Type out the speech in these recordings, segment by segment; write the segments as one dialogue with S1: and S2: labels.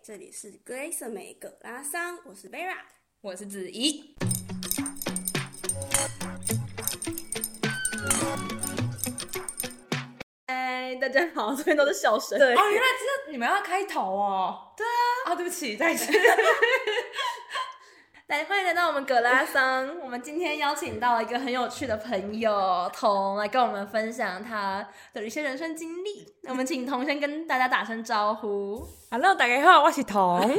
S1: 这里是 Grace 美葛拉桑，我是 Vera。
S2: 我是子怡。
S3: 嗨，大家好，这边都是笑声。
S1: 对
S2: 哦，原来知道你们要开头哦。对啊。啊，对不起，再见。
S3: 来，欢迎来到我们葛拉桑。我们今天邀请到了一个很有趣的朋友童来跟我们分享他的一些人生经历。那我们请童先跟大家打声招呼。
S4: Hello，大家好，我是彤。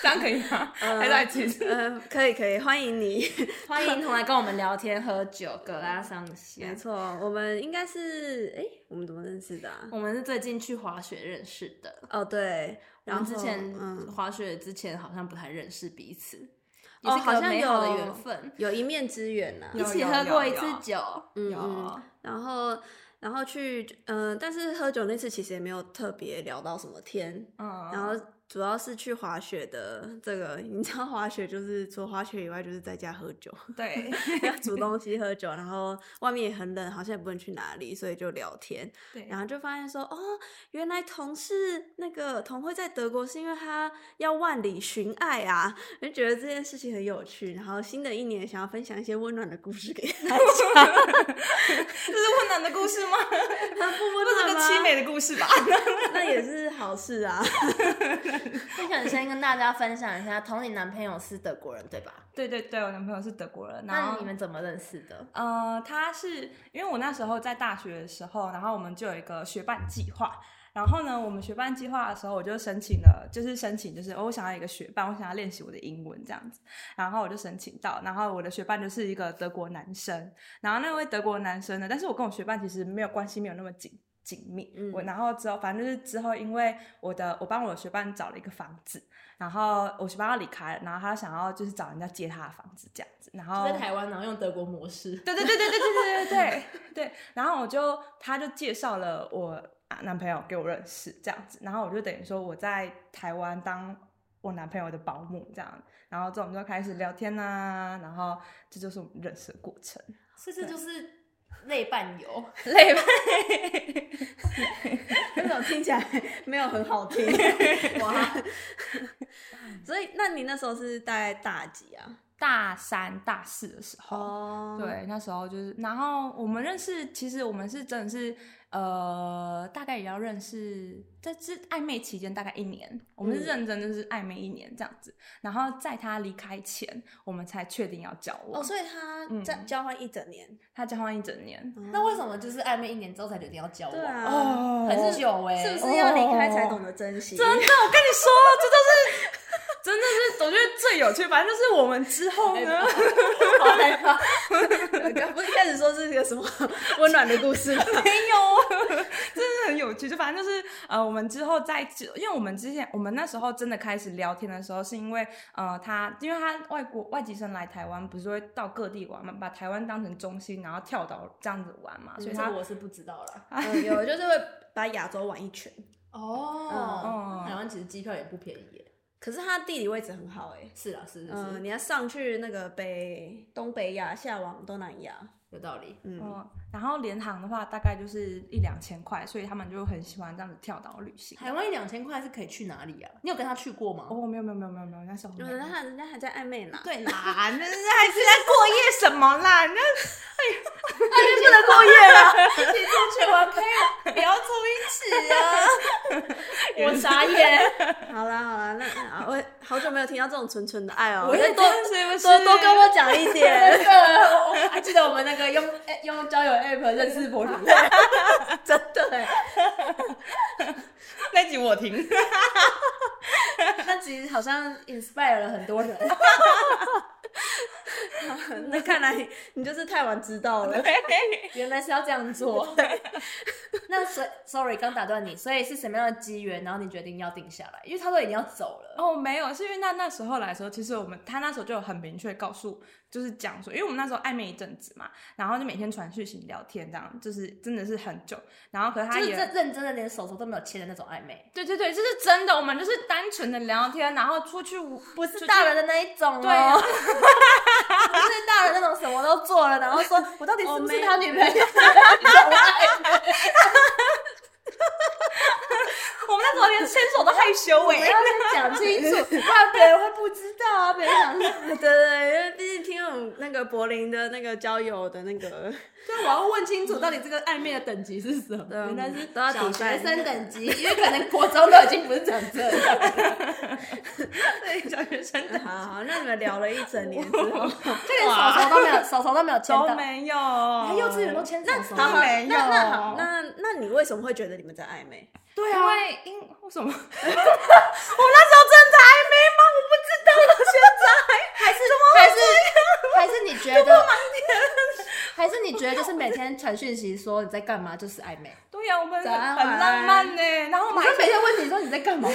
S2: 这样可以吗？还在其实
S1: 呃，可以可以，欢迎你。
S3: 欢迎童来跟我们聊天喝酒，葛拉桑一下
S1: 没。错，我们应该是哎，我们怎么认识的、啊？
S3: 我们是最近去滑雪认识的。
S1: 哦，对，
S3: 然
S1: 然
S3: 后
S1: 后
S3: 之前
S1: 嗯，
S3: 滑雪之前好像不太认识彼此，也
S1: 哦
S3: 是
S1: 好
S3: 个
S1: 像
S3: 美好的
S1: 有
S3: 缘分。
S1: 有一面之缘呐、
S3: 一
S2: 有
S3: 起
S2: 有
S3: 喝过
S2: 有
S3: 一次
S2: 有
S3: 酒，
S1: 嗯
S3: 有
S1: 嗯，然后然后去嗯、呃但是喝酒那次其实也没有特别聊到什么天，
S3: 哦
S2: 嗯
S1: 然后主要是去滑雪的这个，你知道滑雪就是除了滑雪以外，就是在家喝酒，
S2: 对
S1: 要煮东西喝酒，然后外面也很冷，好像也不能去哪里，所以就聊天，
S2: 对
S1: 然后就发现说，哦，原来同事那个同会在德国是因为他要万里寻爱啊，就觉得这件事情很有趣，然后新的一年想要分享一些温暖的故事给大家，
S2: 这是温暖的故事吗？
S1: 不温
S2: 这是
S1: 暖
S2: 个
S1: 吗
S2: 凄美的故事吧？
S1: 那也是好事啊，
S3: 那可能先跟大家分享一下，童你男朋友是德国人对吧？
S2: 对对对，我男朋友是德国人，然
S3: 那
S2: 后
S3: 你们怎么认识的？
S2: 呃，他是因为我那时候在大学的时候，然后我们就有一个学伴计划。然后呢，我们学伴计划的时候，我就申请了，就是申请，就是、哦、我想要一个学伴，我想要练习我的英文这样子。然后我就申请到，然后我的学伴就是一个德国男生。然后那位德国男生呢，但是我跟我学伴其实没有关系，没有那么紧紧密。
S1: 嗯
S2: 我然后之后，反正就是之后，因为我的我帮我的学伴找了一个房子，然后我学伴要离开了，然后他想要就是找人家借他的房子这样子。然后
S3: 在台湾，然后用德国模式。
S2: 对对对对对对对对对对。然后我就他就介绍了我啊男朋友给我认识这样子，然后我就等于说我在台湾当我男朋友的保姆这样，然后之后我们就开始聊天呐、然后这就是我们认识的过程。
S3: 所以这就是类伴游，
S2: 累吧？
S1: 那种听起来 没有很好听。哇！所以，那你那时候是大概大几啊？
S2: 大三大四的时候。
S1: 哦，
S2: 对，那时候就是，然后我们认识，其实我们是真的是，呃，大概也要认识，在这暧昧期间大概一年，我们
S1: 嗯
S2: 是认真就是暧昧一年这样子，然后在他离开前，我们才确定要交往。
S1: 哦，所以他
S2: 嗯
S1: 在交换一整年。
S2: 他交往一整年，
S3: 那为什么就是暧昧一年之后才决定要交往？
S1: 对啊，
S2: 哦
S3: 很久哎、
S1: 是不是要离开才懂得珍惜？
S2: 真的，我跟你说，这就是，真的是，我觉得最有趣，反正就是我们之后
S1: 哎
S2: 呢，
S3: 好害怕？
S1: 的，刚不是一开始说是一个什 么温暖的故事吗？
S2: 没有，真的很有趣。就反正就是呃，我们之后在，因为我们之前我们那时候真的开始聊天的时候，是因为呃，他因为他外国外籍生来台湾，不是会到各地玩嘛，把台湾当成中心，然后跳岛这样子玩嘛，所以
S3: 这
S2: 他
S3: 个我是不知道了。
S1: 嗯有，就是会把亚洲玩一圈。
S3: 哦
S2: 嗯
S3: 台湾其实机票也不便宜耶。
S1: 可是他地理位置很好哎、
S3: 是啊，是是是，
S1: 嗯、你要上去那个北东北亚，下往东南亚。
S3: 有道理。
S1: 嗯，
S2: 嗯，然后联航的话大概就是一两千块，所以他们就很喜欢这样子跳岛旅行。
S3: 台湾一两千块是可以去哪里啊？你有跟他去过吗？
S2: 哦，没有没有没有没有没有，那时候没
S1: 有
S3: 嗯
S2: 有
S1: 人他人家嗯还在暧昧 呢。
S2: 对啦，那是还是在过夜什么啦？那
S3: 不能过夜了，你出去玩陪我，不要住一起 啊！我傻眼，
S1: 好啦好啦，那那我好久没有听到这种纯纯的爱哦、我
S3: 也
S1: 多
S2: 是不是
S1: 多多跟我讲一点，
S3: 真的，啊我还记得我们那个用哎用交友 app 认 识博主，
S1: 真的 欸。
S2: 那集我听。
S3: 那其实好像 inspire 了很多人。
S1: 那看来你就是太晚知道 了。
S3: 原来是要这样 做。那所以 sorry 刚打断你，所以是什么样的机缘，然后你决定要定下来？因为他都已经要走了，
S2: 哦，没有，是因为那那时候来的时候，其实我们他那时候就有很明确告诉，就是讲说，因为我们那时候暧昧一阵子嘛，然后就每天传讯息聊天，这样就是真的是很久。然后可是他
S3: 就是
S2: 也
S3: 认认真的连手手都没有牵的那种暧昧，
S2: 对对对，这是真的，我们就是单纯的聊天，然后出去
S3: 不是大人的那一种哦。
S2: 对啊
S3: 不是大人那种什么都做了，然后 说我到底是不是他女朋友？
S2: 我们在昨天牵手都害羞
S3: 我要
S2: 哎、
S3: 先讲清楚， 不然别人会不知道啊。别人想
S1: 对
S3: 说，
S1: 对对，因为毕竟听我们那个柏林的那个交友的那个，
S3: 对，啊我要问清楚到底这个暧昧的等级是什 么？原来是
S1: 嗯都要
S3: 小
S1: 挑
S3: 学
S1: 战
S3: 生等 级，因为可能国中都已经不是长这样了。
S2: 对，小学生的
S1: 好好，那你们聊了一整年之 后，
S3: 就连手手都没有，手手都没有牵
S2: 都
S3: 到，
S2: 没有，
S3: 连幼稚园都牵手手。
S2: 好好
S1: 那
S2: 没有
S1: 那
S2: 哦
S1: 好，那那你为什么会觉得你们在暧昧？
S2: 对啊，因为因为 什么？
S3: 还是还是还是你觉 得？还是你觉得就是每天传讯息说你在干嘛，就是暧昧。
S2: 对啊呀、我们
S3: 早安
S2: 很
S3: 晚
S2: 很
S3: 安
S2: 浪漫呢、然后我
S3: 我
S2: 们
S3: 就
S2: 还
S3: 每天问你说你在干 嘛，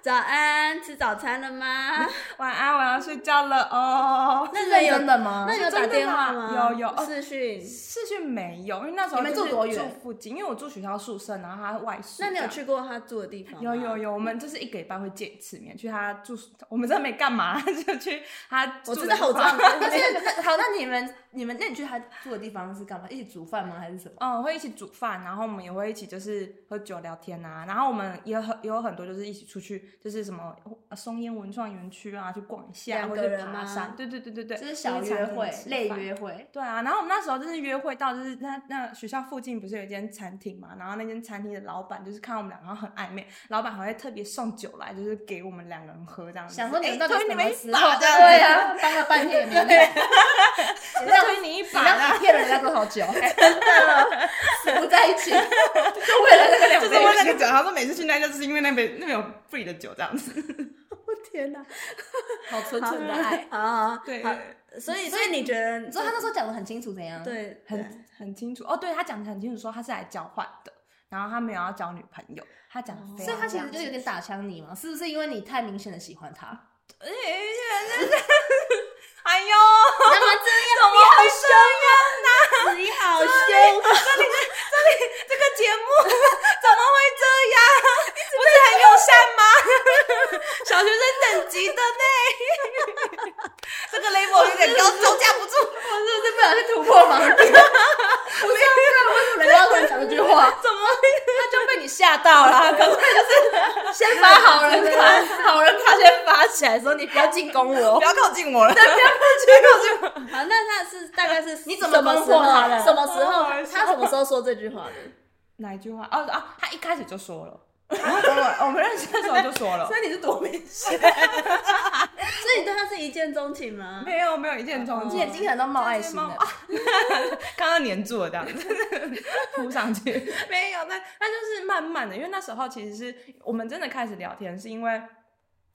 S1: 早安，吃早餐了吗？
S2: 晚安，我要睡觉了哦。
S3: 是
S1: 那
S3: 认
S1: 有
S3: 真的吗
S1: 那？你有打
S2: 真的
S1: 电话
S2: 吗
S1: 吗？
S2: 有有哦
S1: 视讯。
S2: 视讯没有，因为那时候
S3: 你们
S2: 就是
S3: 住多远
S2: 住附近，因为我住学校宿舍，然后他外宿。
S1: 那你有？去过他住的地方吗？
S2: 有有有，我们就是一个礼拜会见一次面，去他住，我们真的没干嘛， 就去他
S1: 我
S2: 住的
S1: 知道，我
S2: 地方。
S1: 知道。
S3: 但是那好，那你们你们那你去他住的地方是干嘛？一起煮饭吗？还是什么？
S2: 嗯，会一起煮饭，然后我们也会一起就是喝酒聊天啊，然后我们也很也有很多就是一起出去，就是什么呃松烟文创园区啊，去逛一下，
S1: 两
S2: 或
S1: 个
S2: 者去
S1: 人
S2: 爬
S1: 吗
S2: 山，对对对对对，
S3: 就是小
S2: 或是
S3: 约
S2: 餐
S3: 会
S2: 厅吃，
S3: 类
S2: 饭
S3: 约会。
S2: 对啊，然后我们那时候就是约会到，就是那那学校附近不是有一间餐厅嘛，然后那间餐厅的老板就是看我们两个很暧昧，老板还会特别送酒来，就是给我们两个人喝这样子，
S3: 想说你们
S2: 哎
S3: 到底
S2: 推
S3: 什
S2: 你
S3: 么
S2: 们一
S3: 时
S2: 把
S3: 候？
S2: 这样子，
S3: 对啊，搬了半天也没有。你让
S2: 推你一
S3: 你
S2: 把这样
S3: 让
S2: 子，
S3: 骗了人家多少久？ 真的死不在一起，就为了那个两
S2: 就是为那个酒，他说每次去那家就是因为那边那边有 free 的酒这样子，
S1: 天哪，
S3: 好纯
S1: 好
S3: 纯的 爱。
S1: 好好，
S2: 对，
S1: 好所以所以你觉得
S3: 你说他那时候讲的很清楚怎样？，
S1: 对对
S2: 很很清楚哦，对他讲的很清楚，说他是来交换的，然后他没有要交女朋友，他讲的非
S3: 所以
S2: 常
S3: 他其实
S2: 非常
S3: 就有点打枪你嘛，是不是因为你太明显的喜欢他？
S2: 哎，真的是哎呦，怎么这样？怎么会这
S3: 啊
S2: 样呢、
S1: 你好凶，
S2: 这个节目怎么会这样？不是很友善吗？小学生等级的呢？这个 level 有点高，招架不住。
S3: 我是不是不小心突破盲点？不是啊，不然为什么人家要突然讲这句话？
S2: 怎么？
S3: 他就被你吓到了，赶快就是先把好人卡，好人卡先发起来，说你不要进攻我
S2: 不。要靠近我了！不要靠近我！
S1: 好，那他是大概是
S3: 你怎 么
S1: 什
S3: 攻
S1: 时
S3: 破
S1: 候
S3: 他的
S1: 什么时候
S2: 好好笑
S1: 他什么时候说这句话的？
S2: 哪一句话？哦啊，他一开始就说 了。哦我们认识的时候就说 了，
S3: 以你是多明
S1: 所
S3: 显，
S1: 以你对他是一见钟情吗？
S2: 没有没有一见钟
S3: 你
S2: 情，
S3: 眼睛可能都冒爱心了。
S2: 刚刚粘住了这样子， 扑上去。没有，那那就是慢慢的，因为那时候其实是我们真的开始聊天，是因为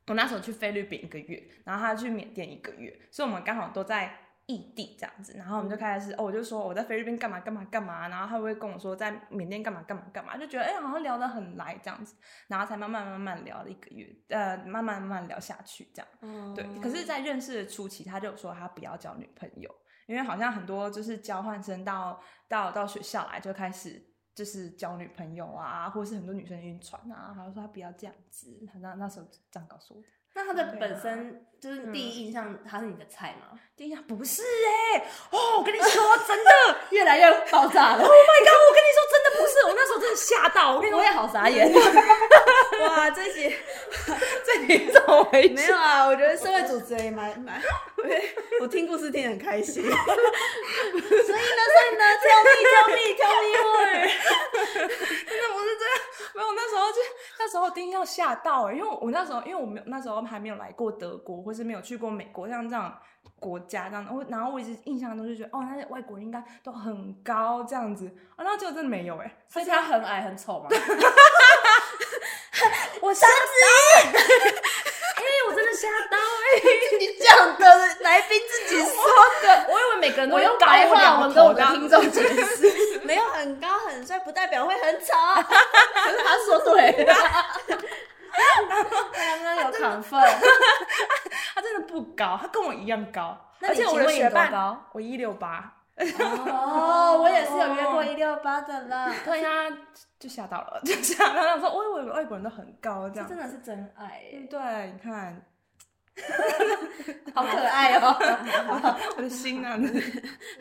S2: 我那时候去菲律宾一个月，然后他去缅甸一个月，所以我们刚好都在。异地这样子，然后我们就开始，哦，我就说我在菲律宾干嘛干嘛干嘛，然后他会跟我说在缅甸干嘛干嘛干嘛，就觉得哎、好像聊得很来这样子，然后才慢慢慢慢聊了一个月，呃，慢慢慢慢聊下去这样。对，
S1: 哦
S2: 可是，在认识的初期，他就有说他不要交女朋友，因为好像很多就是交换生到到到学校来就开始就是交女朋友啊，或是很多女生晕船啊，他就说他不要这样子，他那那时候这样告诉我的。
S3: 那他的本身就是第一印象，他是你的菜吗？
S2: 对呀，不 是哎、哦，我跟你说真的，Oh
S3: 越来越爆炸
S2: my
S3: 了，
S2: god，我跟你说真的不是，我那时候真的吓到，我跟你
S3: 我
S2: 说
S3: 也好傻眼。
S1: 哇，这集
S2: 这你怎么回
S1: 没有啊，我觉得社会主持人也蛮 蛮，我我听故事听得很开心。所以呢，所以呢，tell me tell me tell me more。
S2: 真的不是这样，没有那时候就那时候丁要吓到、欸，因为我那时候因为我没有那时候还没有来过德国，或是没有去过美国，像这样国家这样，我然后我一直印象中就觉得哦，那些外国人应该都很高这样子，啊、然后结果真的没有哎、欸，
S3: 所以他很矮很丑 吗？
S1: 我三
S2: 哎、我真的吓到哎、
S1: 欸
S3: 你讲的来宾自己说的，我以为每个人
S2: 我
S3: 我
S2: 用
S3: 用
S2: 白
S3: 白
S2: 话
S3: 话
S2: 文跟我
S3: 文跟我
S2: 的
S3: 的
S2: 听
S3: 听众解 释，
S1: 只没有很高很帅，不代表会很丑。
S3: 可是他说 对了。刚刚哎有亢奋，
S2: 他真的不高，他跟我一样高，
S3: 那
S2: 而
S3: 你
S2: 且我
S3: 请
S2: 的
S3: 问你
S2: 学
S3: 多
S2: 伴
S3: 高
S2: 我一六八，
S3: 哦，我也是有约过一，
S1: 六八的啦。
S2: 对呀、就吓到了，就吓到了，想说我以为外国人都很高这
S3: 这
S2: 样，
S3: 真的是真爱耶。
S2: 对，你看。
S3: 好可爱 哦。
S2: 我的心啊，没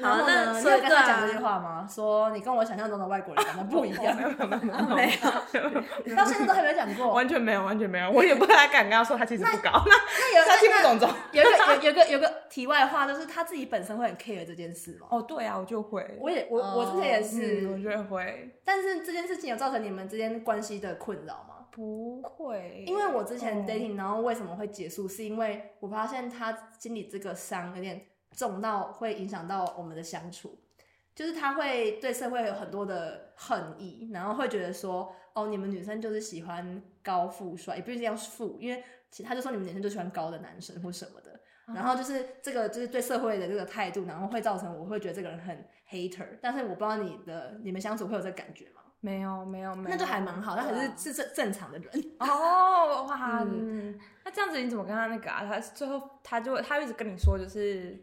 S3: 好，
S1: 那所
S3: 那
S1: 以
S3: 所以跟他
S1: 对啊
S3: 讲这句话吗？说你跟我想象中的外国人长得不一 样，
S2: 有没有没有没
S1: 没有，
S3: 到现在都还没有讲
S2: 有，
S3: 过。
S2: 完全没有，完全没有，我也不太敢跟他说，他其实不 高，
S3: 那有
S2: 他听
S3: 那
S2: 不懂中。
S3: 有一个有有个有个题外话，就是他自己本身会很 care 这件事嘛。
S2: 哦，对啊，我就会，
S3: 我也我我之前也是，
S2: 嗯，我觉得会，
S3: 但是这件事情有造成你们之间关系的困扰吗？
S2: 不会，
S3: 因为我之前
S2: 嗯
S3: dating，然后为什么会结束，是因为我发现他心里这个伤有点重到会影响到我们的相处，就是他会对社会有很多的恨意，然后会觉得说，哦，你们女生就是喜欢高富帅，也不一定要富，因为其他就说你们女生就喜欢高的男生或什么的。然后就是这个，就是对社会的这个态度，然后会造成我会觉得这个人很 hater，但是我不知道你的你们相处会有这个感觉吗？
S2: 没有没有没有，
S3: 那就还蛮好，那还
S2: 对
S3: 是
S2: 啊
S3: 是正正常的人。
S2: 哦哇，
S3: 嗯
S2: 嗯那这样子你怎么跟他那个啊？他最后他就他一直跟你说就是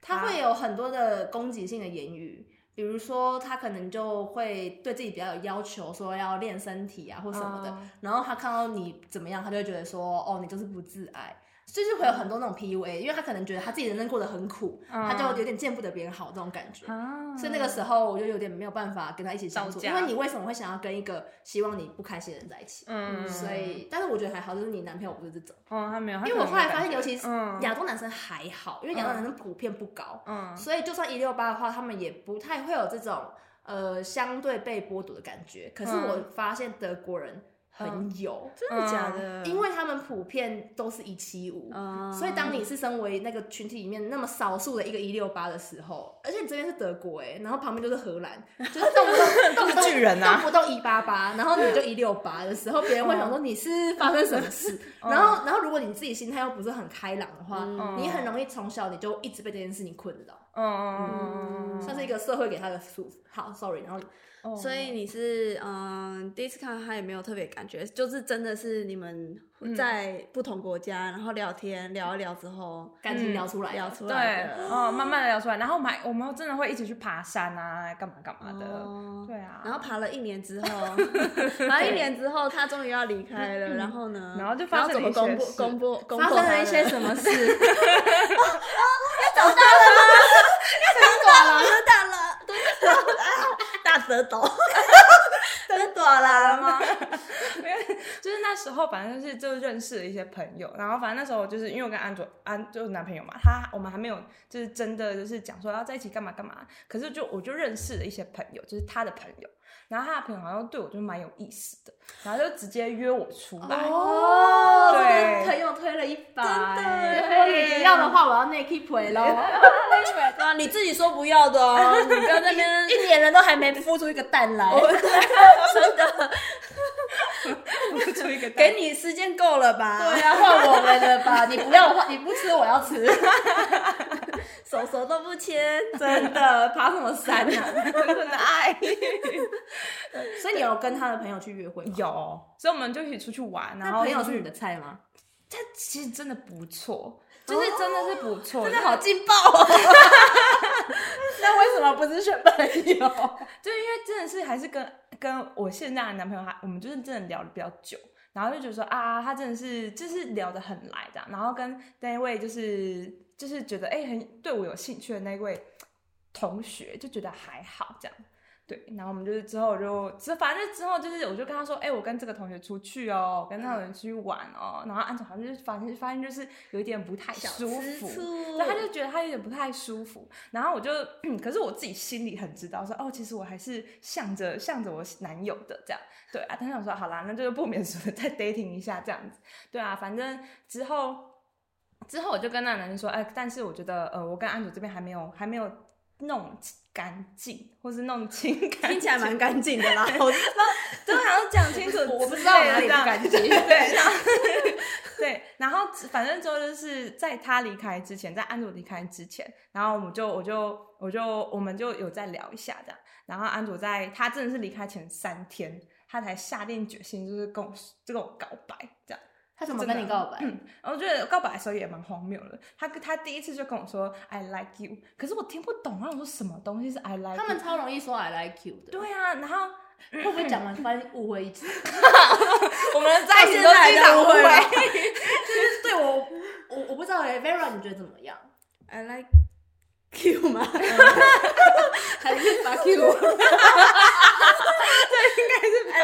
S3: 他会有很多的攻击性的言语，比如说他可能就会对自己比较有要求，说要练身体啊或什么的。
S2: 嗯
S3: 然后他看到你怎么样，他就会觉得说，哦，你就是不自爱。就是会有很多那种 PUA，因为他可能觉得他自己人生过得很苦，
S2: 嗯
S3: 他就有点见不得别人好这种感觉。
S2: 啊
S3: 所以那个时候我就有点没有办法跟他一起相处，
S2: 吵架
S3: 因为你为什么会想要跟一个希望你不开心的人在一起？
S2: 嗯，
S3: 所以，但是我觉得还好，就是你男朋友不是这种。
S2: 哦他没有，他
S3: 因为我
S2: 可能
S3: 后来
S2: 没有
S3: 发现，
S2: 感
S3: 尤其是
S2: 嗯
S3: 亚洲男生还好，因为亚洲男生普遍不高，
S2: 嗯
S3: 所以就算一六八的话，他们也不太会有这种呃相对被剥夺的感觉。可是我发现德国人很有，嗯
S1: 真的假的？
S3: 因为他们普遍都是一七五。
S1: 嗯，
S3: 所以，当你是身为那个群体里面那么少数的一个一六八的时候，而且你这边是德国哎、然后旁边就是荷兰，就是动不动动不动
S4: 巨人啊
S3: 动不动一八八，然后你就一六八的时候，别人会想说你是发生什么事。
S2: 嗯
S3: 然后，然后如果你自己心态又不是很开朗的话，
S2: 嗯
S3: 你很容易从小你就一直被这件事情困扰，
S2: 嗯嗯嗯嗯
S3: 算
S2: 嗯
S3: 是一个社会给他的束缚。好，sorry，然后
S2: 嗯，
S1: 所以你是嗯，第一次看到他也没有特别感觉，就是真的是你们在不同国家，然后聊天聊一聊之后
S3: 感情嗯聊出来了
S1: 聊出
S2: 对
S1: 来的。
S2: 哦慢慢的聊出来，然后我们还我们真的会一起去爬山啊，干嘛干嘛的，
S1: 哦
S2: 对啊，
S1: 然后爬了一年 之后，爬了一年之后，他终于要离开
S3: 嗯
S1: 了。然后呢？
S2: 然后就发生
S1: 怎
S2: 了
S1: 么
S2: 一
S1: 公
S2: 些
S1: 布
S2: 事
S1: 公布公布
S3: 发生了一些什么事？哦
S1: 大了，大了， 对，大舌头，真短了吗？
S2: 就是那时候，反正就是就认识了一些朋友，然后反正那时候就是因为我跟安卓安就是男朋友嘛，他我们还没有就是真的就是讲说要在一起干嘛干嘛，可是就我就认识了一些朋友，就是他的朋友，然后他的朋友好像对我就蛮有意思的，然后就直接约我出来，
S3: 哦，这
S2: 对
S3: 个朋友推了一把，
S1: 真的耶
S3: 哎如果你不要的话，我要内 keep 回 喽。
S1: 对啊，你自己说不要的哦，你不要在那边
S3: 一年人都还没孵出一个蛋来，
S2: 出 一个
S1: 给你时间够了吧？
S3: 对啊，换我们了吧？你不要的话，你不吃我要吃，
S1: 手手都不牵，
S3: 真的爬什么山 啊？
S2: 单纯的爱，
S3: 所以你有跟他的朋友去约会吗？
S2: 有，所以我们就一起出去玩，然
S3: 那
S2: 后
S3: 朋友
S2: 就是
S3: 你的菜吗？
S2: 他其实真的不错，就是真的是不错，
S3: 真的好劲爆哦！ 那为什么不是选朋 友？
S2: 就是因为真的是还是跟跟我现在的男朋友还，我们就是真的聊的比较久，然后就觉得说啊，他真的是就是聊得很来这样，然后跟那一位就是就是觉得哎、很对我有兴趣的那一位同学就觉得还好这样。对，然后我们就是之后就，之反正之后就是，我就跟他说，哎、我跟这个同学出去哦，我跟那个人出去玩哦，然后按照好像就是反正发现就是有一点不太舒服，
S1: 醋
S2: 对，他就觉得他有点不太舒服，然后我就，嗯可是我自己心里很知道说，哦，其实我还是向着向着我男友的这样，对啊，他想说好啦，那就是不免俗的 再 dating 一下这样子，对啊，反正之后之后我就跟那个男生说，哎、但是我觉得呃，我跟安卓这边还没有还没有弄干净，或是弄清 干净，
S1: 听起来蛮干净的 啦。我
S2: 都好像讲清楚之类的这样，
S3: 我不知道哪里不干净
S2: 对， 然后 对，然后反正之后就是在他离开之前，在安卓离开之前，然后我们就我就我就我们就有再聊一下这样。然后安卓在他真的是离开前三天，他才下定决心，就是跟我就跟我告白这样。
S3: 他怎么跟你告白？
S2: 然后我觉得告白的时候也蛮荒谬的，他他第一次就跟我说 “I like you”，可是我听不懂啊，我说什么东西是 “I like”，you？
S3: 他们超容易说 I like you 的，，
S2: 对啊，然后
S3: 会不会讲完发现误会一起？
S2: 我们在一起都
S1: 现在
S2: 经常
S1: 的误
S3: 啊
S1: 会
S2: 误
S1: 了
S2: 会。
S3: 对我，我我欸觉得怎么样？
S1: I like Q 吗？
S3: 还是 fuck you？
S1: I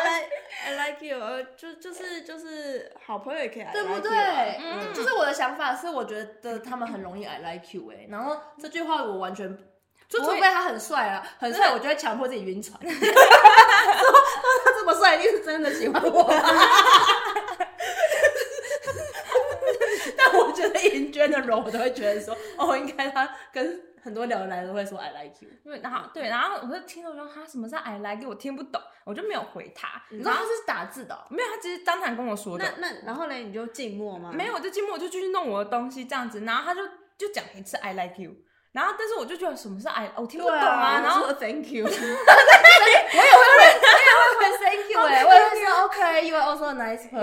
S1: like I like you，呃，就就是就是好朋友也可以 I
S3: 对
S1: like
S3: 不
S1: you
S3: 对
S1: 啊，？
S2: 嗯
S3: 就是我的想法是，我觉得他们很容易 I like you 哎、然后这句话我完全。就除
S2: 不会
S3: 非他很帅啊，很帅，我就会强迫自己晕船。 说说他这么帅，一定是真的喜欢我吧。但我觉得银娟的容，我都会觉得说， 哦，应该他跟很多聊得来的都会说 I like you。
S2: 对，然后对，然后我就听到说他什么是 I like，you，我听不懂，我就没有回他。
S3: 你知道他是打字的哦、
S2: 没有，他只是当场跟我说的。
S1: 那那然后呢？你就静默吗？
S2: 没有，我就静默，我就继续弄我的东西这样子，然后他就就讲一次 I like you，然后但是我就觉得什么是 I，我听不懂
S3: 对啊
S2: 然后
S1: 说 Thank you，
S3: 我也会 Thank you 哎、我也会说 OK，you、are also a nice
S2: 我
S3: person。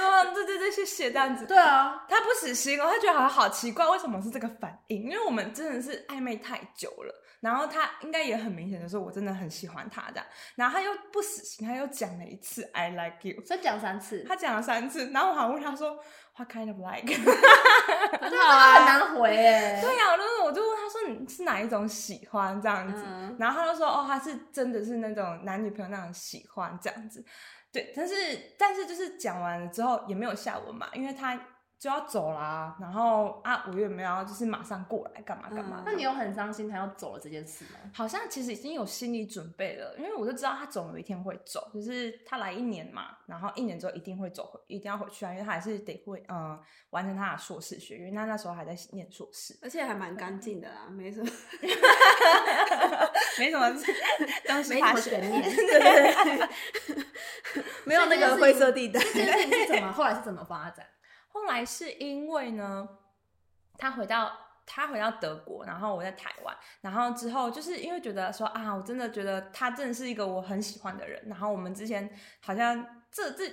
S2: 说对对对，谢谢哦这样子。
S3: 对啊，
S2: 他不死心哦，他觉得好像好奇怪，为什么是这个反应？因为我们真的是暧昧太久了，然后他应该也很明显的说，我真的很喜欢他这样，然后他又不死心，他又讲了一次 I like you，
S3: 所以讲三次，
S2: 他讲了三次，然后我还问他说 What kind of like？
S1: 啊
S3: 对啊，很难回哎、
S2: 对啊呀、我就是我就问他说你是哪一种喜欢这样子，
S1: 嗯
S2: 然后他就说哦，他是真的是那种男女朋友那种喜欢这样子，对，但是但是就是讲完了之后也没有下文嘛，因为他就要走啦，然后啊我也没有要就是马上过来干嘛干嘛
S1: 嗯
S2: 的，
S3: 那你有很伤心他要走了这件事吗？
S2: 好像其实已经有心理准备了，因为我就知道他总有一天会走，就是他来一年嘛，然后一年之后一定会走回，一定要回去啊，因为他还是得会嗯、呃完成他的硕士学业，因为他那时候还在念硕士，
S1: 而且还蛮干净的啦，没什么。
S2: 没什么， 当时
S3: 没什
S2: 发
S3: 么
S2: 现
S3: 悬念。
S1: 对对对， 没有那个灰色地带。
S3: 这件事情是怎么后来是怎么 发展？
S2: 后来是因为呢，他回到他回到德国，然后我在台湾，然后之后就是因为觉得说啊，我真的觉得他真的是一个我很喜欢的人。然后我们之前好像这这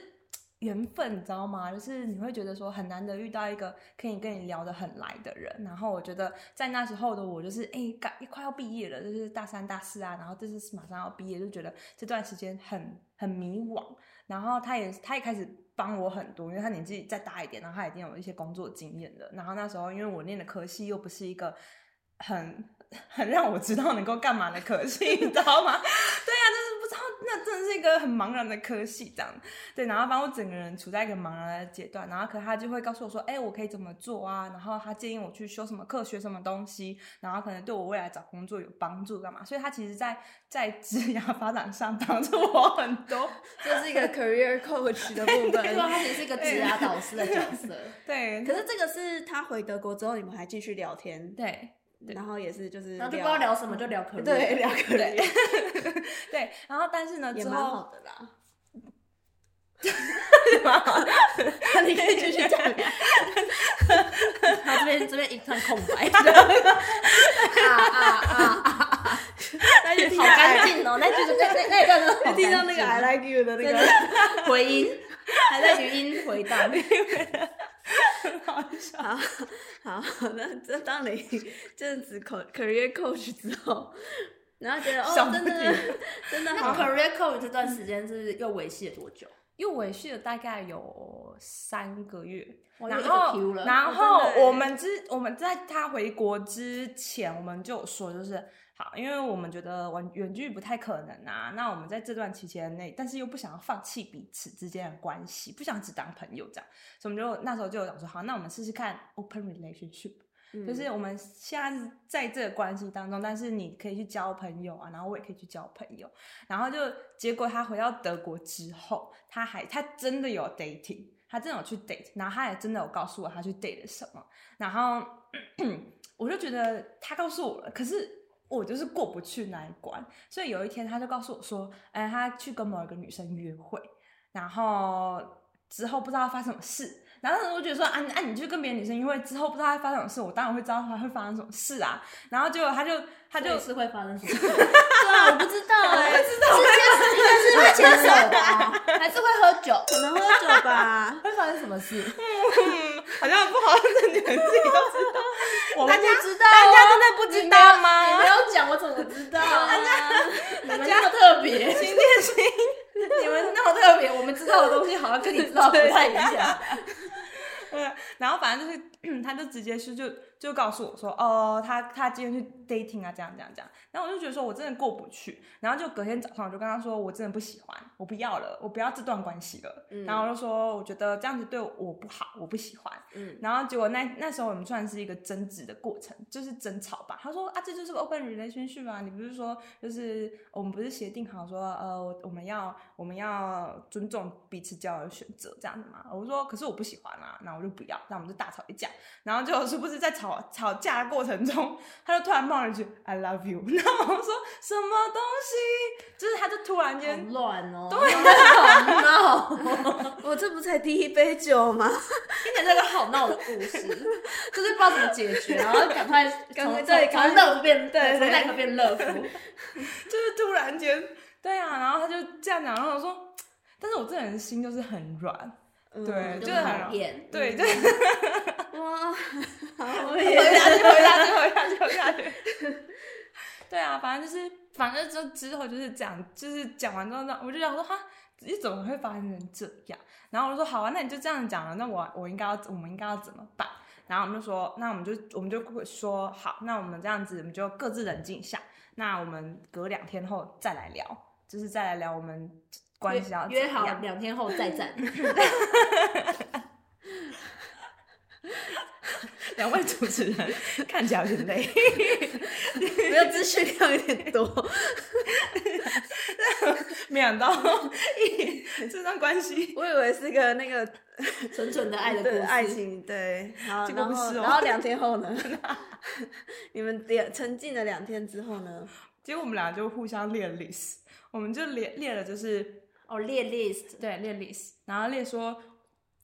S2: 缘分，你知道吗？就是你会觉得说很难得遇到一个可以跟你聊得很来的人。然后我觉得在那时候的我，就是哎，刚、快要毕业了，就是大三大四啊，然后这是马上要毕业，就觉得这段时间很很迷惘。然后他也他也开始帮我很多，因为他年纪再大一点，然后他已经有一些工作经验了。然后那时候因为我念的科系又不是一个很很让我知道能够干嘛的科系，你知道吗？ 对呀、就是不知道，那真的是一个很茫然的科系这样。对，然后把我整个人处在一个茫然的阶段，然后可他就会告诉我说，哎、我可以怎么做啊？然后他建议我去修什么课，学什么东西，然后可能对我未来找工作有帮助，干嘛？所以他其实在在职涯发展上帮助我很多。
S1: 这是一个 career coach 的部
S3: 对啊，
S1: 分。
S3: 他其实是一个职涯导师的角 色。
S2: 对，
S1: 可是这个是他回德国之后，你们还继续聊天，
S2: 对对
S1: 然后也是就是
S3: 然后就不知道聊什么，就聊可乐。
S1: 对，聊 career
S2: 对，然后但是呢，
S1: 也
S2: 之
S1: 蛮
S2: 后
S1: 好的 啦。
S3: 你可以继 续讲。他这边这边一段空 白。 啊啊啊！
S1: 那就听
S3: 好
S1: 到
S3: 干净哦，那就是那那那一段真的好
S1: 就
S3: 干
S1: 听到那个 I
S3: 净
S1: like you 的那
S3: 真
S1: 个。
S3: 的回音，还在语音回荡。
S1: 好好，那这当你 这样子 co- career coach 之后，然后觉得
S2: 想
S1: 哦，
S2: 不
S1: 真的 真的
S3: 那
S1: 好，
S3: career coach 这段时间是又维系了多久？
S2: 又委屈了大概有三个月，
S3: 我
S2: 然
S3: 又一
S2: 后
S3: 个 Q 了
S2: 然
S1: 哦
S2: 后
S1: 真的
S2: 我
S1: 欸
S2: 们之我们在他回国之前，我们就有说就是。好，因为我们觉得完远距不太可能啊，那我们在这段期间内，但是又不想要放弃彼此之间的关系，不想只当朋友这样，所以我们就那时候就有想说，好，那我们试试看 open relationship，就是
S1: 嗯
S2: 我们现在是在这个关系当中，但是你可以去交朋友啊，然后我也可以去交朋友，然后就结果他回到德国之后，他还他真的有 dating，他真的有去 date，然后他也真的有告诉我他去 date 了什么，然后我就觉得他告诉我了，可是。我就是过不去那一关，所以有一天他就告诉我说：“哎，他去跟某一个女生约会，然后之后不知道发生什么事。然后那时候我就觉得说，啊你啊，你去跟别的女生约会之后，不知道会发生什么事，我当然会知道他会发生什么事啊。然后结果他就他
S3: 他
S2: 就
S3: 就是会发生什 么？对啊，我不知道哎、欸，
S2: 道
S3: 是牵应该是会牵手的、啊，还是会喝酒？
S1: 可能喝酒吧。
S3: 会发生什么 事？
S2: 嗯，好像不好，你们自己都知道，
S3: 我
S2: 大
S3: 们
S2: 家
S3: 不知道、啊，
S2: 大家真的不知道
S3: 你没
S2: 吗？
S3: 有讲，我怎么知道、啊？你们那么特别，
S2: 今天是
S3: 你们那么 啊特别，我们知道的东西好像跟你知道不太一样。
S2: 然后反正就是嗯他就直接是就就告诉我说，哦，他他今天去 dating 啊，这样这样这样。然后我就觉得说我真的过不去，然后就隔天早上我就跟他说，我真的不喜欢，我不要了，我不要这段关系了。
S1: 嗯
S2: 然后我就说，我觉得这样子对我不好，我不喜欢。
S1: 嗯，
S2: 然后结果那那时候我们算是一个争执的过程，就是呃争吵吧。他说啊，这就是个 open relationship 啊，你不是说就是我们不是协定好说呃我我们要我们要尊重彼此交流的选择这样子吗？我说可是我不喜欢啊，那我就不要，那我们就大吵一架。然后就是不是在吵吵架的过程中， 他就突然冒了一句 I love you，然后我说什么东西？就是他就突然
S3: 好
S2: 间
S3: 乱哦，对，好闹，
S1: 我这不才第一杯酒吗？
S3: 听起来是个好闹的故事，就是不知道怎么解决，然后赶快
S1: 赶
S3: 从
S1: 快
S3: 对，
S1: 对
S3: 从从乐福变
S1: 对对
S3: 从耐克变乐福，
S2: 就是突然间，对啊，然后他就这样讲，然后我说，但是我这人心就是很软，对
S1: 嗯
S2: 就
S3: 就是是
S2: 很
S3: 好骗，嗯
S2: 对，就
S1: 哇，
S3: 好
S2: 回
S3: 骗，
S2: 下去，回下去，回下去，回下去。对啊，反正就是，反正就之后就是讲，就是讲完之后呢，我就想说哈，你怎么会发生成这样？然后我就说好啊，那你就这样讲了，那我我应该要，我们应该要怎么办？然后我们就说，那我们就我们就说好，那我们这样子，我们就各自冷静一下，那我们隔两天后再来聊，就是再来聊我们关系要怎
S3: 约
S2: 么
S3: 好
S2: 样。
S3: 两天后再战，
S2: 两位主持人 看起来有点累。
S1: 没有资讯量有点多。
S2: 没想 到 一这段关系，
S1: 我以为是个那个
S3: 纯纯的爱的故
S1: 对
S3: 事，
S1: 爱情，对，好，
S2: 结果
S1: 然
S2: 不
S1: 后
S2: 是哦
S1: 然后两天后呢？ 你们两沉浸了两天之后呢？
S2: 结果我们俩就互相列 list，我们就列列了，就是
S3: 哦，列 list，
S2: 对列 list，然后列说。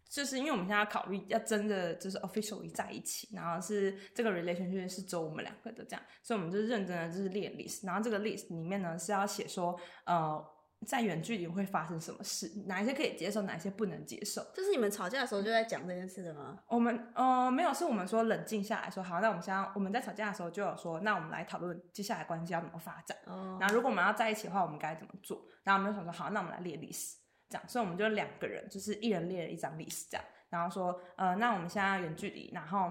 S2: 就是因为我们现在要考虑要真的就是 officially 在一起，然后是这个 relationship 是只有我们两个的这样，所以我们就认真的就是列 list，然后这个 list 里面呢是要写说，呃，在远距离会发生什么事，哪一些可以接受，哪一些不能接受，
S1: 就是你们吵架的时候就在讲这件事的吗？
S2: 我们呃没有，是我们说冷静下来说好，那我们现在我们在吵架的时候就有说，那我们来讨论接下来关系要怎么发展。
S1: 哦，
S2: 然后如果我们要在一起的话，我们该怎么做？然后我们就想说好，那我们来列历史，这样，所以我们就两个人就是一人列了一张历史，这样，然后说呃，那我们现在远距离，然后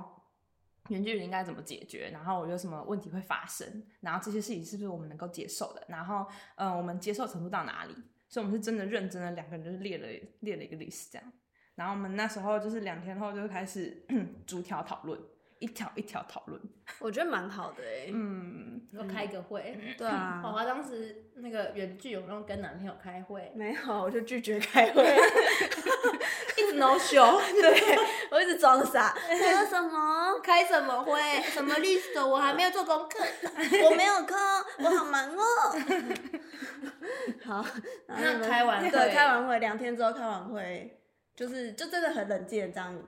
S2: 远距离应该怎么解决？然后有什么问题会发生？然后这些事情是不是我们能够接受的？然后呃，我们接受程度到哪里？所以我们是真的认真的两个人就是列了列了一个历史这样。然后我们那时候就是两天后就开始 逐条讨论，一条一条讨论。
S1: 我觉得蛮好的哎、
S2: 嗯，
S3: 我开一个会。
S1: 对啊
S3: 华，华当时那个远距有没有跟男朋友开会？
S1: 没有，我就拒绝开会，
S3: 一直 no show，
S1: 对 我一直装 傻，还有什么？
S3: 开什么会？ 什么 list？我还没有做功课。
S1: 我没有空，我好忙哦。 好，然后
S3: 那
S1: 你们
S3: 开完会
S1: 对，开完会两天之后开完会，就是就真的很冷静的这样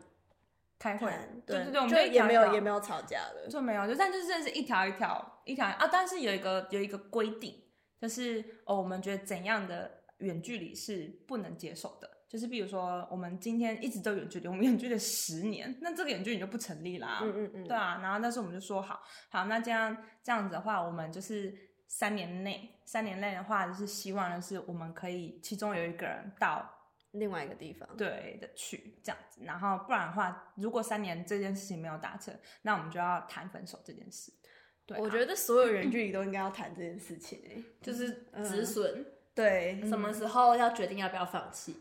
S2: 开会
S1: 谈，，
S2: 对
S1: 对
S2: 对对，我们
S1: 就
S2: 一
S1: 也
S2: 条
S1: 没
S2: 一
S1: 有
S2: 条
S1: 也没有吵架了。
S2: 就没有，就但就是真的是一条一条一条啊，但是有一个有一个规定，就是哦，我们觉得怎样的远距离是不能接受的，就是比如说我们今天一直都远距离，我们远距离了十年，那这个远距离就不成立啦，
S1: 嗯嗯嗯，
S2: 对啊，然后但是我们就说好，好，那这样这样子的话，我们就是三年内，三年内的话，就是希望就是我们可以其中有一个人到
S1: 嗯另外一个地方。
S2: 对的去这样子，然后不然的话，如果三年这件事情没有达成，那我们就要谈分手这件事。对啊、
S1: 我觉得所有远距离都应该要谈这件事情嗯哎、
S3: 就是止损，
S1: 对，
S3: 什么时候要决定要不要放弃？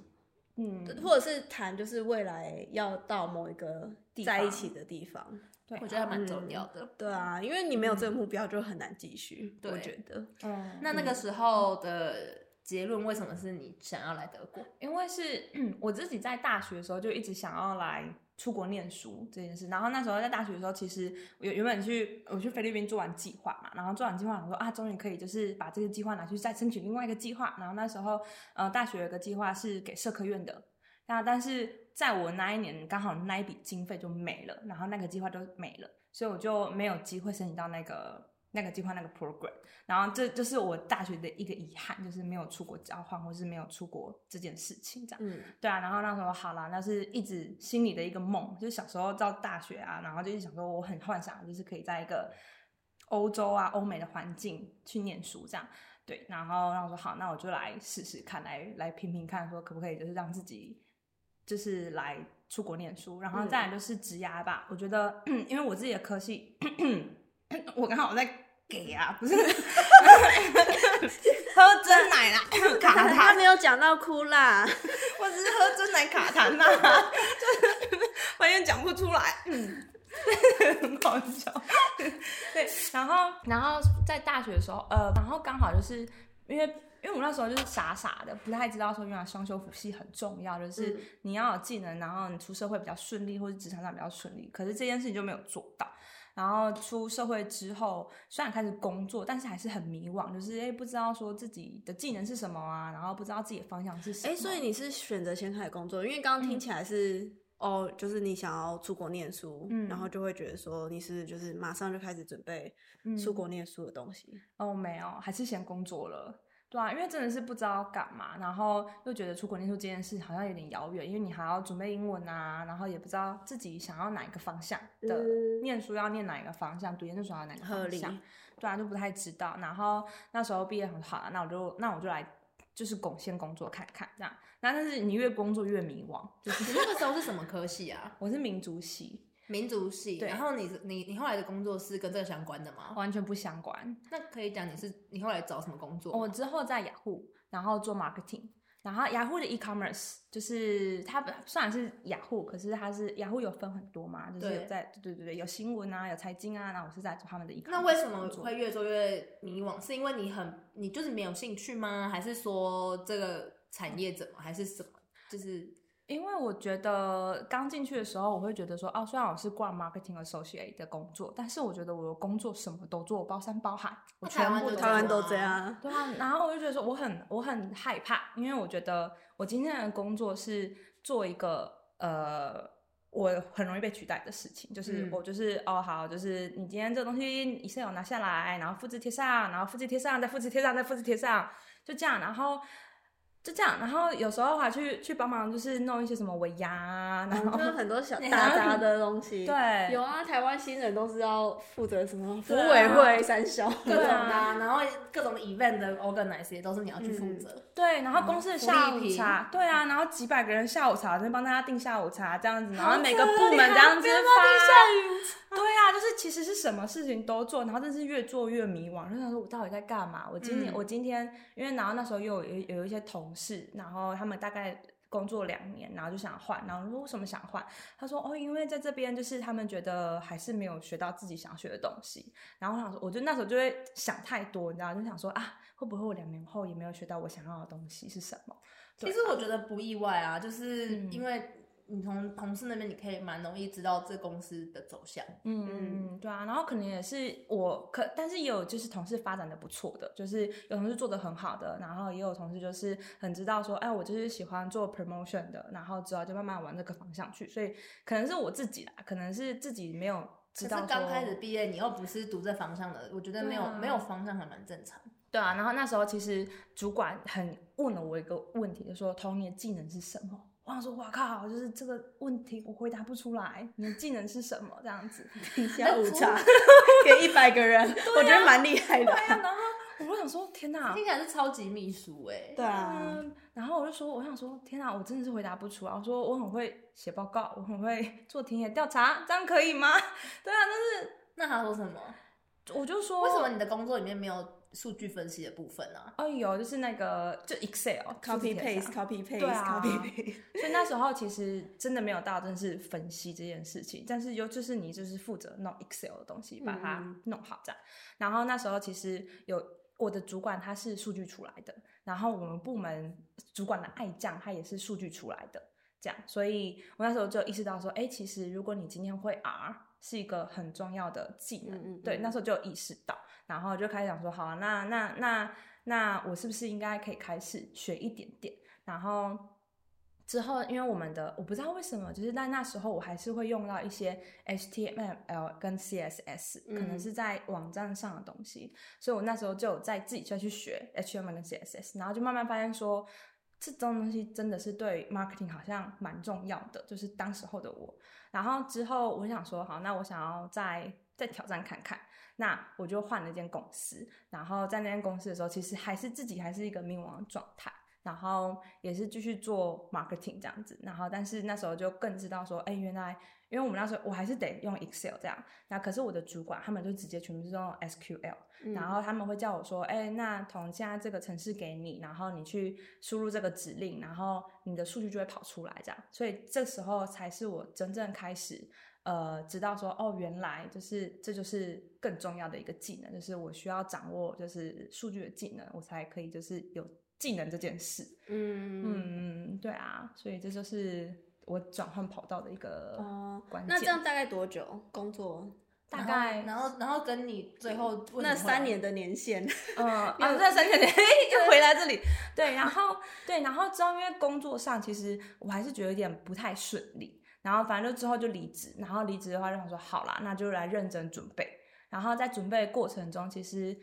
S2: 嗯，
S1: 或者是谈就是未来要到某一个
S2: 地
S1: 在一
S2: 方
S1: 起的地方。
S2: 对啊、
S3: 我觉得还蛮重要的。
S1: 对啊，因为你没有这个目标，就很难继续。
S3: 对
S1: 我觉得，
S2: 嗯，
S3: 那那个时候的结论为什么是你想要来德 国？
S2: 因为是 我自己在大学的时候就一直想要来出国念书这件事，然后那时候在大学的时候，其实我原原本去我去菲律宾做完计划嘛，然后做完计划，我说啊，终于可以就是把这个计划拿去再申请另外一个计划，然后那时候呃大学有个计划是给社科院的，那但是在我那一年刚好那一笔经费就没了，然后那个计划就没了，所以我就没有机会申请到那个。那个计划那个 program，然后这就是我大学的一个遗憾，就是没有出国交换，或是没有出国这件事情这样。
S1: 嗯，
S2: 对啊，然后那时候好啦，那是一直心里的一个梦，就是小时候到大学啊，然后就是想说我很幻想，就是可以在一个欧洲啊、欧美的环境去念书这样。对，然后让我说好，那我就来试试看，来来评评看，说可不可以就是让自己就是来出国念书，然后再来就是职涯吧。我觉得， 因为我自己的科系， 我刚好在给啊，不是 喝真奶 啦， 卡
S1: 他
S2: 痰
S1: 没有讲到哭啦，
S2: 我只是喝真奶卡痰呐、啊， 就是完全讲不出来，嗯，很好笑。 对，然后然后在大学的时候，呃，然后刚好就是因为因为我那时候就是傻傻的，不太知道说原来双修辅系很重要，就是
S1: 嗯
S2: 你要有技能，然后你出社会比较顺利，或者职场上比较顺利。可是这件事情就没有做到。然后出社会之后，虽然开始工作，但是还是很迷惘，就是哎，不知道说自己的技能是什么啊，然后不知道自己的方向是什
S1: 哎、
S2: 么。
S1: 所以你是选择先开始工作，因为刚刚听起来是、哦，就是你想要出国念书，
S2: 嗯
S1: 然后就会觉得说你是就是马上就开始准备
S2: 嗯
S1: 出国念书的东西。
S2: 哦，没有，还是先工作了。对啊，因为真的是不知道干嘛，然后又觉得出国念书这件事好像有点遥远，因为你还要准备英文啊，然后也不知道自己想要哪一个方向的，
S1: 嗯
S2: 念书要念哪一个方向，读研究所要哪个
S1: 合
S2: 方
S1: 理
S2: 向，对啊，就不太知道。然后那时候毕业很好啊，那我就那我就来就是拱先工作看看这样。那但是你越工作越迷惘，就是
S3: 你那个时候是什么科系啊？
S2: 我是民族系，
S3: 民族系。
S2: 对
S3: 然后你你你后来的工作是跟这个相关的吗？
S2: 完全不相关。
S3: 那可以讲你是你后来找什么工作吗？
S2: 我之后在雅虎，然后做 marketing，然后雅虎的 e-commerce 就是它本虽然是雅虎，可是它是雅虎有分很多嘛，就是有
S3: 对
S2: 在对对对有新闻啊，有财经啊，那我是在做他们的 e c o m
S3: 那
S2: m
S3: 为什么会越做越迷惘？是因为你很你就是没有兴趣吗？还是说这个产业怎么？还是什么？就是
S2: 因为我觉得刚进去的时候，我会觉得说，哦，虽然我是挂 marketing associate 的工作，但是我觉得我的工作什么都做，我包山包海，我
S3: 那台
S2: 全
S3: 湾
S2: 部都
S3: 就这
S1: 台湾
S3: 样
S2: 做
S1: 都这样，
S2: 对啊，然后我就觉得说我很我很害怕，因为我觉得我今天的工作是做一个呃，我很容易被取代的事情，就是、
S3: 嗯
S2: 我就是哦好，就是你今天这个东西你先有拿下来，然后复制贴上，然后复制贴上，再复制贴上，再复制贴上，就这样，然后。就这样，然后有时候还去去帮忙，就是弄一些什么尾牙啊，然后
S1: 哦就是很多 小
S2: 你
S1: 打
S2: 还要
S1: 杂的东西。
S2: 对
S1: 有啊，台湾新人都是要负责什么服
S2: 对啊
S1: 委会、三小。
S3: 各种的啊、然后各种 event 的 organize 也都是你要去负责。
S2: 对，然后
S1: 嗯
S2: 公司的下
S3: 福
S2: 午
S3: 利品
S2: 茶，对啊，然后几百个人下午茶，就帮大家订下午茶这样子，然后
S1: 好
S2: 每个
S1: 可
S2: 部门
S1: 怜
S2: 这样子
S1: 边
S2: 发， 对啊，就是其实是什么事情都做，然后但是越做越迷惘，就想说我到底在干嘛？我今天、
S3: 嗯
S2: 我今天，因为然后那时候又有有有一些同事，然后他们大概。工作两年，然后就想换，然后我说为什么想换？他说哦，因为在这边就是他们觉得还是没有学到自己想学的东西，然后我想说，我就那时候就会想太多，你知道，就想说啊，会不会我两年后也没有学到我想要的东西是什么？对
S3: 其实我觉得不意外啊，就是
S2: 嗯
S3: 因为你从同事那边，你可以蛮容易知道这公司的走向。
S2: 嗯嗯嗯，对啊，然后可能也是我可，但是也有就是同事发展的不错的，就是有同事做的很好的，然后也有同事就是很知道说，哎，我就是喜欢做 promotion 的，然后之后就慢慢往这个方向去，所以可能是我自己啦，可能是自己没有
S3: 可
S2: 知
S3: 是
S2: 道
S3: 刚
S2: 说
S3: 开始毕业，你又不是读这方向的，我觉得没有、
S2: 对啊
S3: 没有方向还蛮正常。
S2: 对啊，然后那时候其实主管很问了我一个问题，就说 Tony 的技能是什么？我想说，哇靠，就是这个问题我回答不出来，你的技能是什么？这样子，
S1: 下午茶哎 给一百个人， 我觉得蛮厉害的
S2: 对。啊，然后我就想说，天哪
S3: 听，起来是超级秘书哎、
S1: 对啊，
S2: 嗯，然后我就说，我想说，天啊哪，我真的是回答不出啊来。我说我很会写报告，我很会 做田野调查，这样可以吗？ 对啊，
S3: 那他说什么？
S2: 但是我就说，
S3: 为什么？你的工作里面没有数据分析的部分呢、啊？
S2: 哦，有，就是那个就 Excel
S1: copy
S2: 就是这
S1: paste
S2: 样
S1: copy
S2: 对 啊
S1: paste copy paste，
S2: 所以那时候其实真的没有到真的是分析这件事情，但是有就是你就是负责弄 Excel 的东西，把它
S1: 嗯
S2: 弄好这样。然后那时候其实有我的主管他是数据出来的，然后我们部门主管的爱将他也是数据出来的，这样。所以我那时候就意识到说，哎、其实如果你今天会 R 是一个很重要的技能，
S1: 嗯嗯嗯
S2: 对，那时候就有意识到。然后就开始想说，好啊、那那那那我是不是应该可以开始学一点点？然后之后，因为我们的我不知道为什么，就是在那时候我还是会用到一些 HTML 跟 CSS，、可能
S1: 嗯
S2: 是在网站上的东西，所以我那时候就有在自己再去学 HTML 跟 CSS，然后就慢慢发现说。这种东西真的是对 marketing 好像蛮重要的，就是当时候的我。然后之后我想说，好，那我想要再再挑战看看，那我就换了一间公司，然后在那间公司的时候，其实还是自己还是一个迷惘的状态。然后也是继续做 marketing 这样子。然后但是那时候就更知道说，哎，原来因为我们那时候我还是得用 Excel 这样，那可是我的主管他们就直接全部是用 SQL，然
S1: 嗯
S2: 后他们会叫我说，哎、那同现在这个城市给你，然后你去输入这个指令，然后你的数据就会跑出来，这样。所以这时候才是我真正开始，呃，知道说，哦，原来就是这就是更重要的一个技能，就是我需要掌握就是数据的技能，我才可以就是有技能这件事。
S1: 嗯
S2: 嗯，嗯对啊，所以这就是我转换跑道的一个
S1: 哦
S2: 关，键。
S1: 那这样大概多久工作？
S2: 大概
S3: 然后然后跟你最后为什么
S1: 那
S3: 会
S1: 三年的年限，
S2: 嗯，啊，那三千点又回来这里， 对，然后对，然后之后因为工作上其实我还是觉得有点不太顺利，然后反正就之后就离职，然后离职的话就想说好啦，那就来认真准备，然后在准备的过程中，其实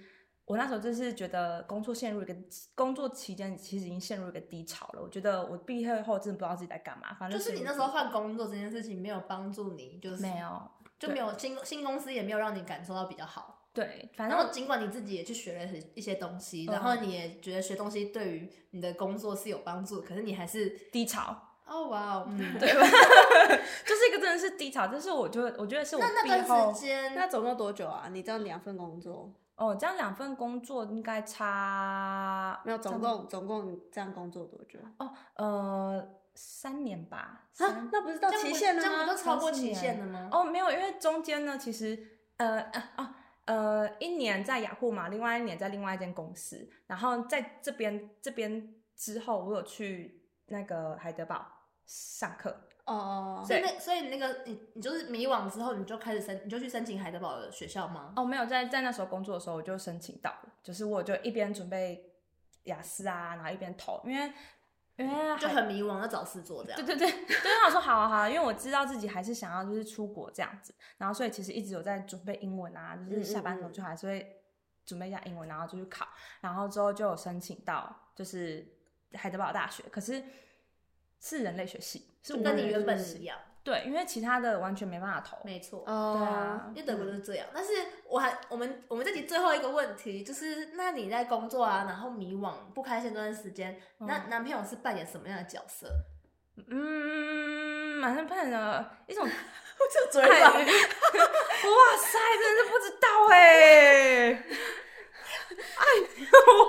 S2: 我那时候就是觉得工作陷入一个工作期间其实已经陷入一个低潮了，我觉得我毕业后真的不知道自己在干嘛，反正
S3: 就是你那时候换工作这件事情没有帮助你，就是
S2: 没有。
S3: 就没有新新公司也没有让你感受到比较好。
S2: 对，反
S3: 然
S2: 正
S3: 后尽管你自己也去学了一些东西，然后你也觉得学东西对于你的工作是有帮助，可是你还是
S2: 低潮
S3: 哦哇哦， 嗯，
S2: 对吧？就是一个真的是低潮，这是我觉得我觉得是我
S3: 那那
S2: 毕业后
S3: 段时间，
S1: 那总共多久啊？你这样两份工作，
S2: 哦，这样两份工作应该差
S1: 没有总
S2: 差不
S1: 共总共这样工作多久？
S2: 哦，呃，三年吧。
S1: 啊
S2: 三，
S1: 那不是到
S3: 这样
S1: 期
S3: 不
S1: 限
S3: 这样
S1: 了
S3: 不
S1: 吗
S3: 就？超过
S2: 三四
S3: 期
S2: 年
S3: 限了吗？
S2: 哦，没有，因为中间呢，其实呃啊哦呃，一年在雅虎嘛，另外一年在另外一间公司，然后在这边这边之后，我有去那个海德堡上课。
S1: 哦，
S3: 所以那所以那个你你就是迷惘之后，你就开始申，你就去申请海德堡的学校吗？
S2: 哦，没有，在在那时候工作的时候，我就申请到了，就是我就一边准备雅思啊，然后一边投，因为因为
S3: 就
S2: 海
S3: 很迷惘，要找事做这样
S2: 对。对对，对，我想说好啊好啊，因为我知道自己还是想要就是出国这样子，然后所以其实一直有在准备英文啊，
S3: 嗯
S2: 就是下班的时候就还是会准备一下英文，然后就去考，然后之后就有申请到就是海德堡大学，可是是人类学系，是
S3: 就
S2: 我
S3: 跟你
S2: 人类
S3: 原本
S2: 学系
S3: 一样，
S2: 对，因为其他的完全没办法投，
S3: 没错。
S1: 哦，
S2: 对啊
S3: 因为德国就是这样。但是我还我们我们这集最后一个问题就是，那你在工作啊，然后迷惘不开心这段时间，那男朋友是扮演什么样的角 色？
S2: 嗯，马上扮演了一种
S1: 就嘴
S2: 爱，
S1: 软
S2: 哇塞，真的是不知道哎、哎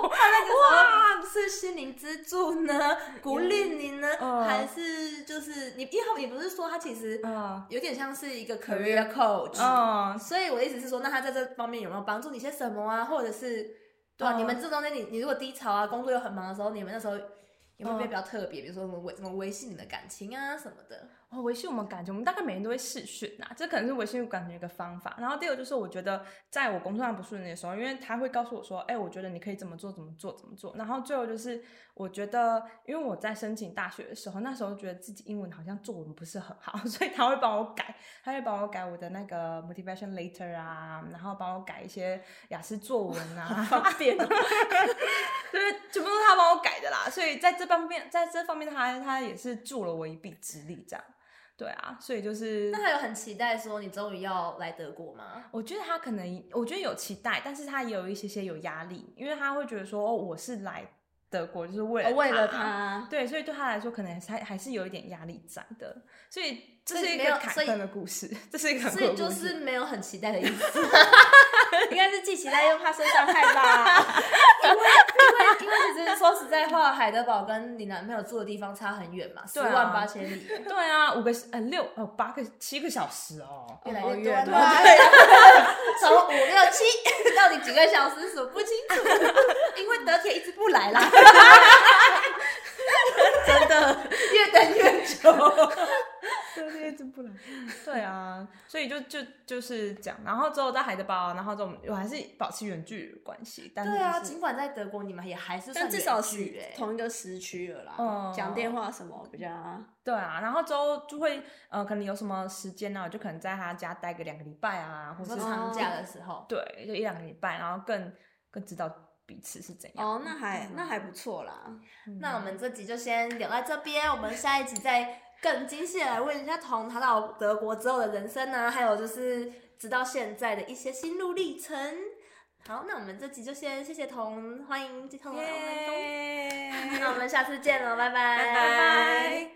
S2: 呦。
S3: 哇，啊是心灵支柱 呢，鼓励你呢，
S2: 嗯
S3: 还是就是你？因为你不是说他其实
S2: 嗯
S3: 有点像是一个 career coach，、
S2: 嗯，
S3: 所以我的意思是说，那他在这方面有没有帮助你些什么啊？或者是对啊，
S2: 嗯
S3: 你们这中间你你如果低潮啊，工作又很忙的时候，你们那时候。有没有
S2: 嗯
S3: 比较特别，比如说什么维什么维系你们的感情啊什么的？
S2: 哦，维系我们感情，我们大概每天都会试训啊，这可能是维系感情的一个方法。然后第二个就是，我觉得在我工作上不顺利的时候，因为他会告诉我说，哎、我觉得你可以怎么做，怎么做，怎么做。然后最后就是，我觉得因为我在申请大学的时候，那时候觉得自己英文好像作文不是很好， 所以他会帮我改，他会帮我改我的那个 motivation later 啊，然后帮我改一些雅思作文啊，
S1: 方 便哦。
S2: 对，全部都是他帮我改的啦。所以在这方面，在这方面他他也是助了我一臂之力，这样。对啊，所以就是
S3: 那他有很期待说你终于要来德 国吗？
S2: 我觉得他可能，我觉得有期待，但是他也有一些些有压力，因为他会觉得说，哦我是来德国就是为了、
S1: 哦为了，他，
S2: 对，所以对他来说可能还是还是有一点压力在的，所以这
S3: 所
S2: 是
S3: 以
S2: 一
S3: 没
S2: 个
S3: 有
S2: 坎
S3: 所以
S2: 坷的故事， 这是一个坎坷
S3: 所以
S2: 的
S3: 就
S2: 故事
S3: 是没有很期待的 意思，
S1: 应该是既期待又怕受伤害吧？
S3: 因为其实说实在话，海德堡跟你男朋友住的地方差很远嘛，十
S2: 对啊
S3: 万八千里，
S2: 对啊，五个呃六呃八个七个小时哦，
S3: 越来
S2: 好
S3: 越多
S2: 远
S3: 了，
S2: 哦
S3: 对啊， 从五六七 到底几个小时数不清楚， 因为德铁一直不来 啦，
S1: 真的，
S3: 越等 越久。
S2: 对，一直不来。对啊，所以就就就是这样。然后之后在海德堡，然后这种我还是保持远距离关系，但是、
S3: 对啊，
S2: 就
S3: 尽
S2: 是、
S3: 管在德国，你们也还是
S1: 但
S3: 算
S1: 至少
S3: 远
S1: 是
S3: 距哎，
S1: 同一个时区了啦
S2: 嗯，
S1: 讲电话什么比较
S2: 对啊，然后之后就会呃，可能有什么时间呢、啊我就可能在他家待个两个礼拜啊，或
S3: 我
S2: 是
S3: 说
S1: 哦
S3: 长假的时候，
S2: 对，就一两个礼拜，然后更更知道彼此是怎样。
S1: 哦，那还那还不错啦。
S2: 嗯
S3: 那我们这集就先聊到这边，我们下一集再更精细地来问一下彤他到德国之后的人生啊，还有就是直到现在的一些心路历程。好，那我们这集就先谢谢彤，欢迎彤，欢迎彤，
S2: 耶！
S3: 那我们下次见喽，拜拜，
S2: 拜拜。